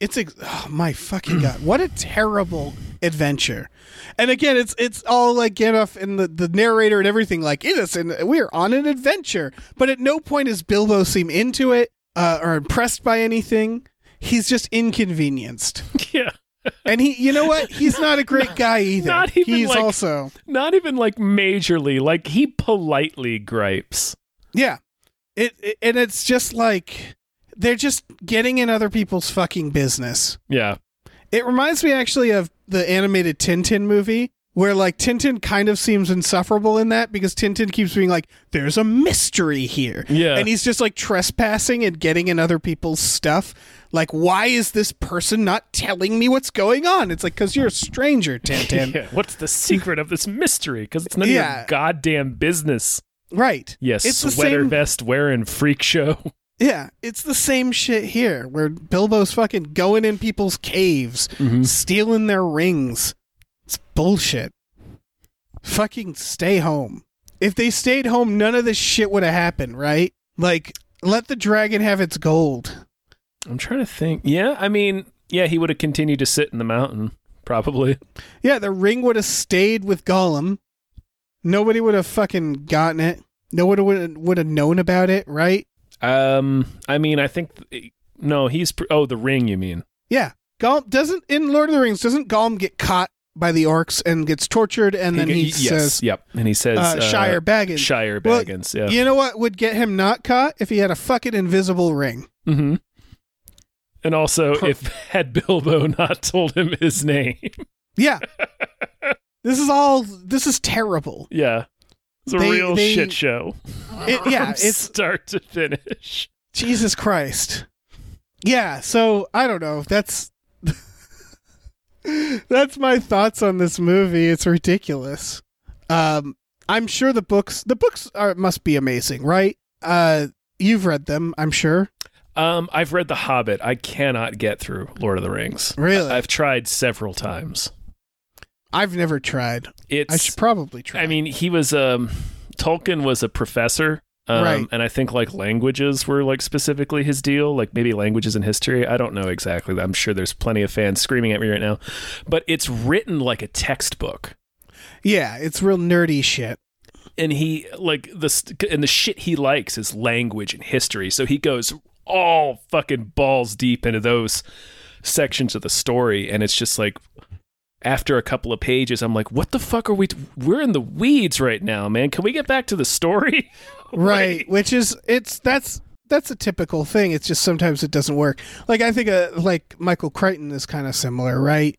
S2: It's ex- oh my fucking god. What a terrible adventure. And again, it's it's all like get off and the, the narrator and everything like it is and we are on an adventure. But at no point does Bilbo seem into it uh, or impressed by anything. He's just inconvenienced.
S1: yeah.
S2: And he you know what? He's not a great guy either.
S1: not even,
S2: He's
S1: like-
S2: also
S1: Not even like majorly, like he politely gripes.
S2: Yeah. It, it and it's just like they're just getting in other people's fucking business.
S1: Yeah.
S2: It reminds me actually of the animated Tintin movie where like Tintin kind of seems insufferable in that because Tintin keeps being like there's a mystery here.
S1: Yeah.
S2: And he's just like trespassing and getting in other people's stuff. Like why is this person not telling me what's going on? It's like cuz you're a stranger, Tintin.
S1: Yeah, what's the secret of this mystery? Because it's none of
S2: Yeah.
S1: your goddamn business.
S2: Right.
S1: Yes,
S2: It's the
S1: sweater
S2: same-
S1: vest wearing freak show.
S2: Yeah, it's the same shit here where Bilbo's fucking going in people's caves, stealing their rings. It's bullshit. Fucking stay home. If they stayed home, none of this shit would have happened, right? Like, let the dragon have its gold.
S1: I'm trying to think. Yeah, I mean, yeah, he would have continued to sit in the mountain, probably.
S2: Yeah, the ring would have stayed with Gollum. Nobody would have fucking gotten it. Nobody would would have known about it, right?
S1: Um, I mean, I think eh, no, he's pr- oh the ring. You mean?
S2: Yeah. Gollum doesn't in Lord of the Rings doesn't Gollum get caught by the orcs and gets tortured and then he,
S1: yes,
S2: says
S1: yep, and he says
S2: uh, Shire Baggins.
S1: Shire
S2: Well,
S1: Baggins. yeah.
S2: You know what would get him not caught if he had a fucking invisible ring.
S1: Mm-hmm. And also, if had Bilbo not told him his name,
S2: Yeah. this is all this is terrible.
S1: yeah, it's a
S2: They-
S1: real
S2: they-
S1: shit show.
S2: It, yeah,
S1: from
S2: it's
S1: start to finish.
S2: Jesus Christ. Yeah, so I don't know. That's That's my thoughts on this movie. It's ridiculous. Um I'm sure the books the books are must be amazing, right? Uh you've read them, I'm sure.
S1: Um, I've read The Hobbit. I cannot get through Lord of the Rings.
S2: Really?
S1: I've tried several times.
S2: I've never tried.
S1: It's
S2: I should probably try.
S1: I mean, he was um Tolkien was a professor. Um,
S2: Right.
S1: And I think like languages were like specifically his deal, like maybe languages and history. I don't know exactly. I'm sure there's plenty of fans screaming at me right now, but it's written like a textbook.
S2: yeah, it's real nerdy shit.
S1: and he like the st- and the shit he likes is language and history. So he goes all fucking balls deep into those sections of the story, and it's just like after a couple of pages, I'm like, what the fuck are we? T- We're in the weeds right now, man. Can we get back to the story?
S2: right which is it's that's that's a typical thing it's just sometimes it doesn't work like i think uh like michael crichton is kind of similar right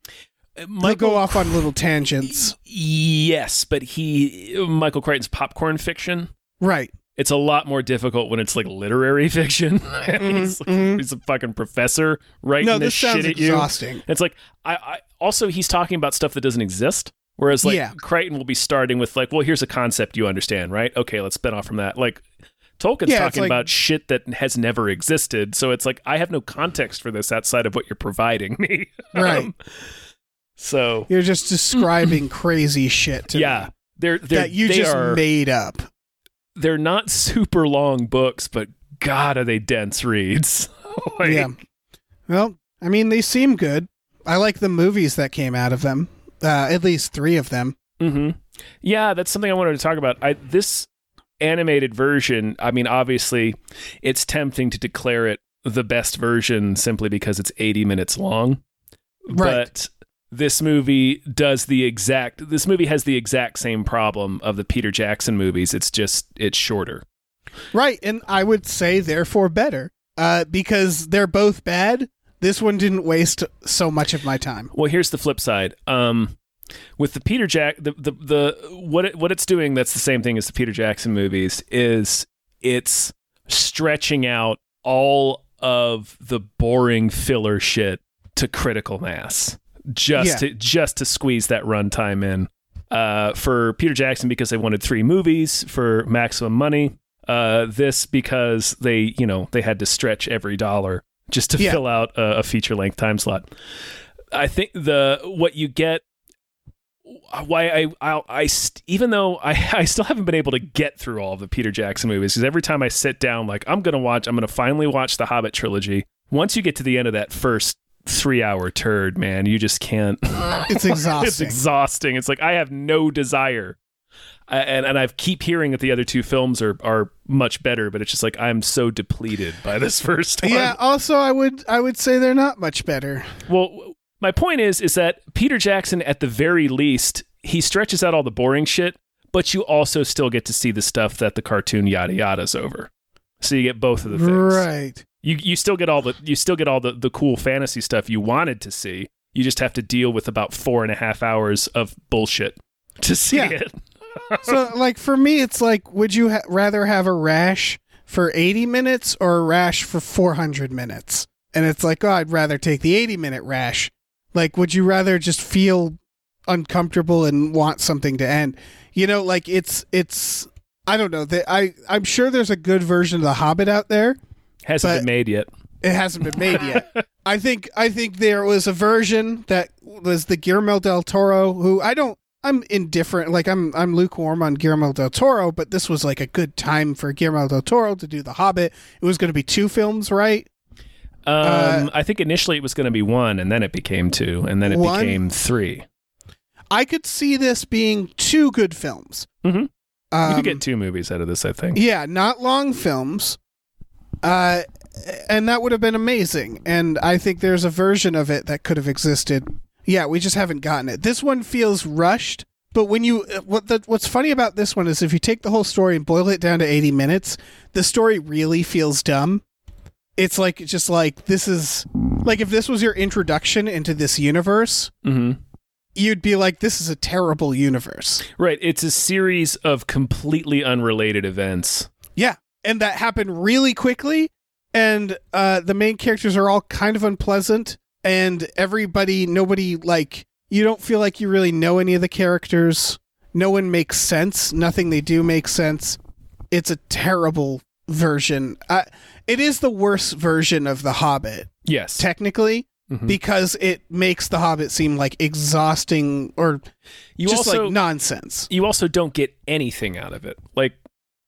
S1: Michael-
S2: Michael, go off on little tangents
S1: Yes, but he Michael Crichton's popcorn fiction.
S2: right
S1: It's a lot more difficult when it's like literary fiction. he's, like- he's a fucking professor writing
S2: Mm-hmm. no
S1: this,
S2: this sounds
S1: shit at you.
S2: exhausting
S1: It's like I, I also he's talking about stuff that doesn't exist. Whereas like
S2: Yeah.
S1: Crichton will be starting with like, well, here's a concept you understand, right? Okay, let's spin off from that. Like Tolkien's
S2: Yeah, it's
S1: talking
S2: like-
S1: about shit that has never existed. So it's like I have no context for this outside of what you're providing me.
S2: Right.
S1: Um, so
S2: you're just describing crazy shit to me
S1: yeah. They're, they're
S2: that you
S1: they
S2: just
S1: are,
S2: made up
S1: they're not super long books, but God, are they dense reads? Like,
S2: yeah well i mean they seem good i like the movies that came out of them uh, at least three of them
S1: hmm Yeah, that's something I wanted to talk about. I this animated version. I mean, obviously, it's tempting to declare it the best version simply because it's 80 minutes long.
S2: Right.
S1: But this movie does the exact. This movie has the exact same problem of the Peter Jackson movies. It's just it's shorter.
S2: Right, and I would say therefore better, uh, because they're both bad. This one didn't waste so much of my time.
S1: Well, here's the flip side. Um, with the Peter Jack, the the, the what it, what it's doing that's the same thing as the Peter Jackson movies is it's stretching out all of the boring filler shit to critical mass just
S2: Yeah.
S1: to just to squeeze that runtime in. Uh, for Peter Jackson because they wanted three movies for maximum money. Uh, this because they you know they had to stretch every dollar just to
S2: Yeah.
S1: fill out a, a feature length time slot. I think the what you get why I I, I st- even though I, I still haven't been able to get through all of the Peter Jackson movies because every time I sit down like I'm gonna watch I'm gonna finally watch the Hobbit trilogy. Once you get to the end of that first three hour turd, man, you just can't. it's
S2: It's exhausting.
S1: exhausting. It's like I have no desire. I, and and I keep hearing that the other two films are are much better, but it's just like I'm so depleted by this first one.
S2: yeah. Also, I would I would say they're not much better.
S1: Well, w- my point is is that Peter Jackson at the very least, he stretches out all the boring shit, but you also still get to see the stuff that the cartoon yada yada's over. So you get both of the things.
S2: Right.
S1: You you still get all the you still get all the, the cool fantasy stuff you wanted to see. You just have to deal with about four and a half hours of bullshit to see
S2: Yeah.
S1: it.
S2: So, like for me, it's like, would you ha- rather have a rash for eighty minutes or a rash for four hundred minutes? And it's like, oh, I'd rather take the eighty minute rash. Like, would you rather just feel uncomfortable and want something to end? You know, like it's it's. I don't know. They, I I'm sure there's a good version of The Hobbit out there.
S1: Hasn't
S2: But-
S1: been made yet.
S2: It hasn't been made yet. I think I think there was a version that was the Guillermo del Toro who I don't I'm indifferent like I'm I'm lukewarm on Guillermo del Toro, but this was like a good time for Guillermo del Toro to do The Hobbit. It was going to be two films, right?
S1: Um,
S2: Uh,
S1: I think initially it was going to be one, and then it became two, and then it
S2: One?
S1: became three.
S2: I could see this being two good films.
S1: Mhm.
S2: Um,
S1: you could get two movies out of this, I think.
S2: Yeah, not long films. Uh, and that would have been amazing. And I think there's a version of it that could have existed. Yeah, we just haven't gotten it. This one feels rushed. But when you uh, what the, what's funny about this one is if you take the whole story and boil it down to 80 minutes, the story really feels dumb. It's like just like this is like if this was your introduction into this universe,
S1: Mm-hmm.
S2: you'd be like this is a terrible universe.
S1: Right. It's a series of completely unrelated events.
S2: Yeah, and that happened really quickly, and uh, the main characters are all kind of unpleasant, and everybody, nobody like you don't feel like you really know any of the characters. No one makes sense. Nothing they do makes sense. It's a terrible version. Uh, it is the worst version of The Hobbit,
S1: Yes.
S2: technically,
S1: Mhm.
S2: because it makes The Hobbit seem like exhausting or
S1: you
S2: just
S1: also
S2: like nonsense.
S1: you also don't get anything out of it. Like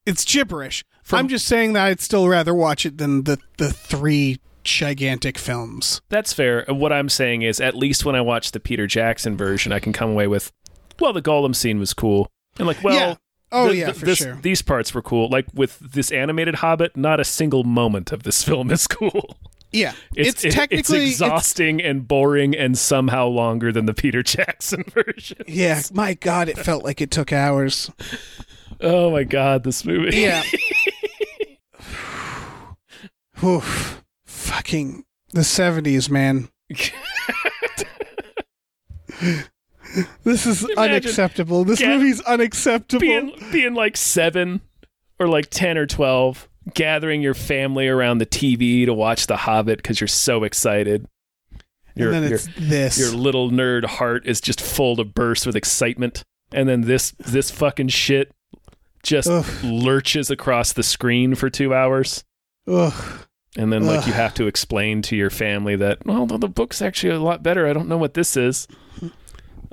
S2: It's gibberish.
S1: From-
S2: I'm just saying that I'd still rather watch it than the the three gigantic films.
S1: that's fair. Uh, What I'm saying is at least when I watch the Peter Jackson version, I can come away with well the Gollum scene was cool. And like, well,
S2: Yeah. Oh
S1: Th-
S2: yeah,
S1: th-
S2: for
S1: this-
S2: sure.
S1: These parts were cool. Like with this animated Hobbit, not a single moment of this film is cool.
S2: yeah,
S1: It's,
S2: it's,
S1: it-
S2: technically
S1: it's
S2: it's-
S1: exhausting and boring and somehow longer than the Peter Jackson version.
S2: yeah, my God, it felt like it took hours.
S1: Oh my god, this movie.
S2: Yeah. Oof. Fucking the seventies, man. This is
S1: Imagine
S2: unacceptable. This
S1: Gap-
S2: movie's unacceptable.
S1: being being like 7 or like 10 or 12 gathering your family around the TV to watch The Hobbit cuz you're so excited. Your,
S2: and then
S1: your,
S2: it's this.
S1: your little nerd heart is just full to burst with excitement and then this this fucking shit just
S2: Ugh.
S1: lurches across the screen for 2 hours.
S2: Ugh.
S1: And then, like, you
S2: Ugh.
S1: have to explain to your family that, well, no, the book's actually a lot better. I don't know what this is.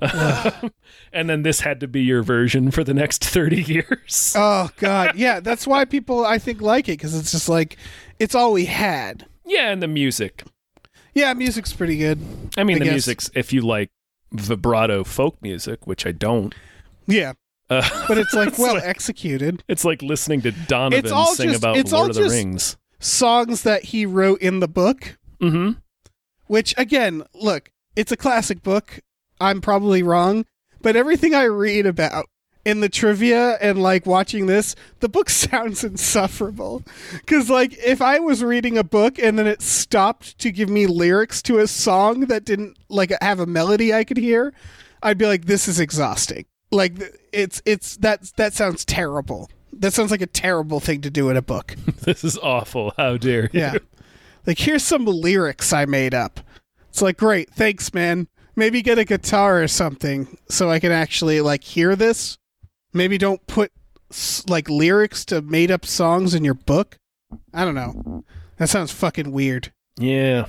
S1: and then this had to be your version for the next 30 years.
S2: Oh God. Yeah, that's why people I think like it because it's just like it's all we had.
S1: yeah, and the music.
S2: Yeah, music's pretty good.
S1: I mean,
S2: I
S1: the
S2: guess.
S1: music's, if you like vibrato folk music, which I don't,
S2: Yeah,
S1: uh,
S2: but it's like well
S1: like-
S2: executed
S1: it's like listening to Donovan
S2: all
S1: sing
S2: just-
S1: about
S2: it's all
S1: Lord of the
S2: just-
S1: Rings.
S2: songs that he wrote in the book.
S1: hmm
S2: Which again, look, it's a classic book. I'm probably wrong, but everything I read about in the trivia and like watching this, the book sounds insufferable. Cuz like if I was reading a book and then it stopped to give me lyrics to a song that didn't like have a melody I could hear, I'd be like this is exhausting. Like th- it's it's that that sounds terrible. That sounds like a terrible thing to do in a book.
S1: This is awful. How dare you?
S2: Yeah. Like, here's some lyrics I made up. It's like, great, thanks, man. Maybe get a guitar or something so I can actually, like, hear this. Maybe don't put, s- like, lyrics to made up songs in your book. I don't know. That sounds fucking weird.
S1: Yeah.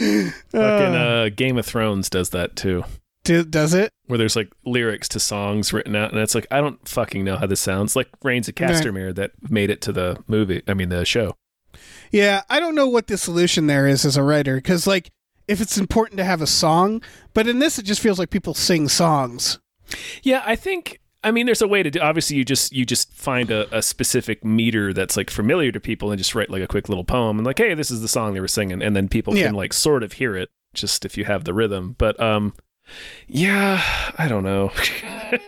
S2: Uh,
S1: Fucking uh, Game of Thrones does that too.
S2: do- does it?
S1: where there's like lyrics to songs written out, and it's like I don't fucking know how this sounds. Like Reigns of
S2: Right.
S1: Castamere that made it to the movie. I mean the show.
S2: Yeah, I don't know what the solution there is as a writer because, like, if it's important to have a song, but in this, it just feels like people sing songs.
S1: Yeah, I think. I mean, there's a way to do. Obviously, you just you just find a, a specific meter that's like familiar to people, and just write like a quick little poem, and like, hey, this is the song they were singing, and then people
S2: Yeah.
S1: can like sort of hear it, just if you have the rhythm. But um, yeah, I don't know.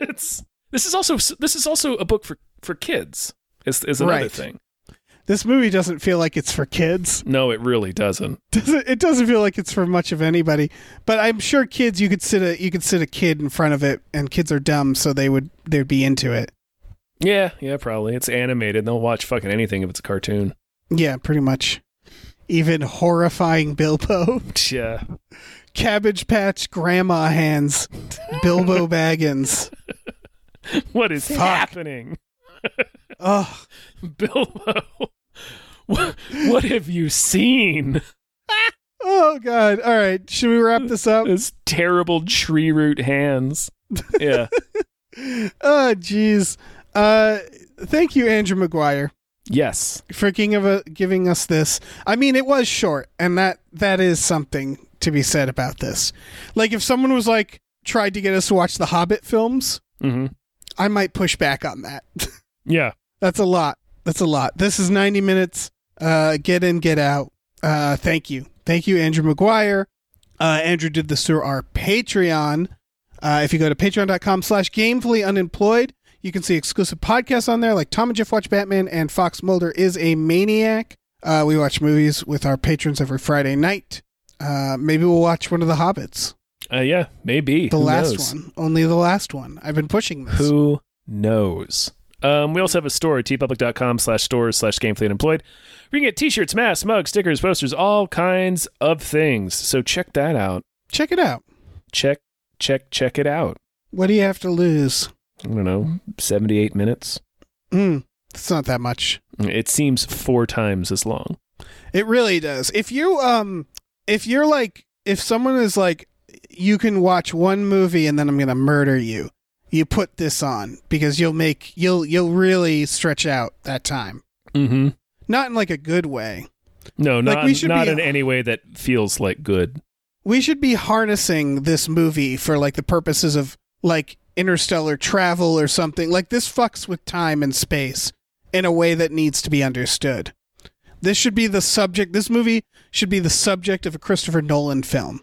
S1: it's this is also this is also a book for for kids. Is is another
S2: Right.
S1: thing.
S2: This movie doesn't feel like it's for kids.
S1: No, it really doesn't.
S2: doesn't it doesn't feel like it's for much of anybody but i'm sure kids you could sit a you could sit a kid in front of it and kids are dumb so they would they'd be into it
S1: Yeah, yeah, probably. It's animated. and They'll watch fucking anything if it's a cartoon.
S2: yeah pretty much even horrifying bilbo
S1: Yeah.
S2: cabbage patch grandma hands bilbo baggins
S1: What is
S2: Fuck.
S1: happening?
S2: oh
S1: Bilbo. What, what have you seen?
S2: oh god all right should we wrap this up
S1: Those terrible tree root hands. Yeah.
S2: oh jeez uh thank you andrew mcguire
S1: yes.
S2: for giving, of a, giving us this. I mean, it was short, and that that is something to be said about this. Like, if someone was like tried to get us to watch the Hobbit films,
S1: hmm
S2: I might push back on that.
S1: Yeah.
S2: That's a lot. That's a lot. This is ninety minutes. Uh, get in, get out. Uh, thank you, thank you, Andrew McGuire. Uh, Andrew did this through our Patreon. Uh, if you go to patreon.com slash gamefully unemployed, you can see exclusive podcasts on there like Tom and Jeff Watch Batman and Fox Mulder is a Maniac. Uh, we watch movies with our patrons every Friday night. Uh, maybe we'll watch one of the Hobbits.
S1: Uh, yeah. Maybe.
S2: The
S1: Who
S2: last
S1: knows?
S2: one. Only the last one. I've been pushing this.
S1: Who knows? Um, we also have a store, tpublic.com slash stores slash gamefully unemployed. We can get t-shirts, masks, mugs, stickers, posters, all kinds of things. So check that out.
S2: Check it out.
S1: Check, check, check it out.
S2: What do you have to lose?
S1: I don't know, 78 minutes.
S2: Mm, it's not that much.
S1: It seems four times as long.
S2: It really does. If you um if you're like if someone is like you can watch one movie and then I'm going to murder you. You put this on because you'll make you'll you'll really stretch out that time.
S1: Mm-hmm.
S2: Not in like a good way.
S1: No,
S2: Like,
S1: not,
S2: we should
S1: not
S2: be-
S1: in any way that feels like good.
S2: We should be harnessing this movie for like the purposes of like interstellar travel or something. Like this fucks with time and space in a way that needs to be understood. This should be the subject. This movie should be the subject of a Christopher Nolan film.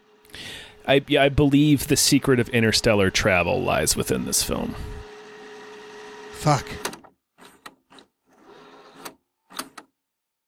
S1: I, yeah, I believe the secret of interstellar travel lies within this film.
S2: Fuck.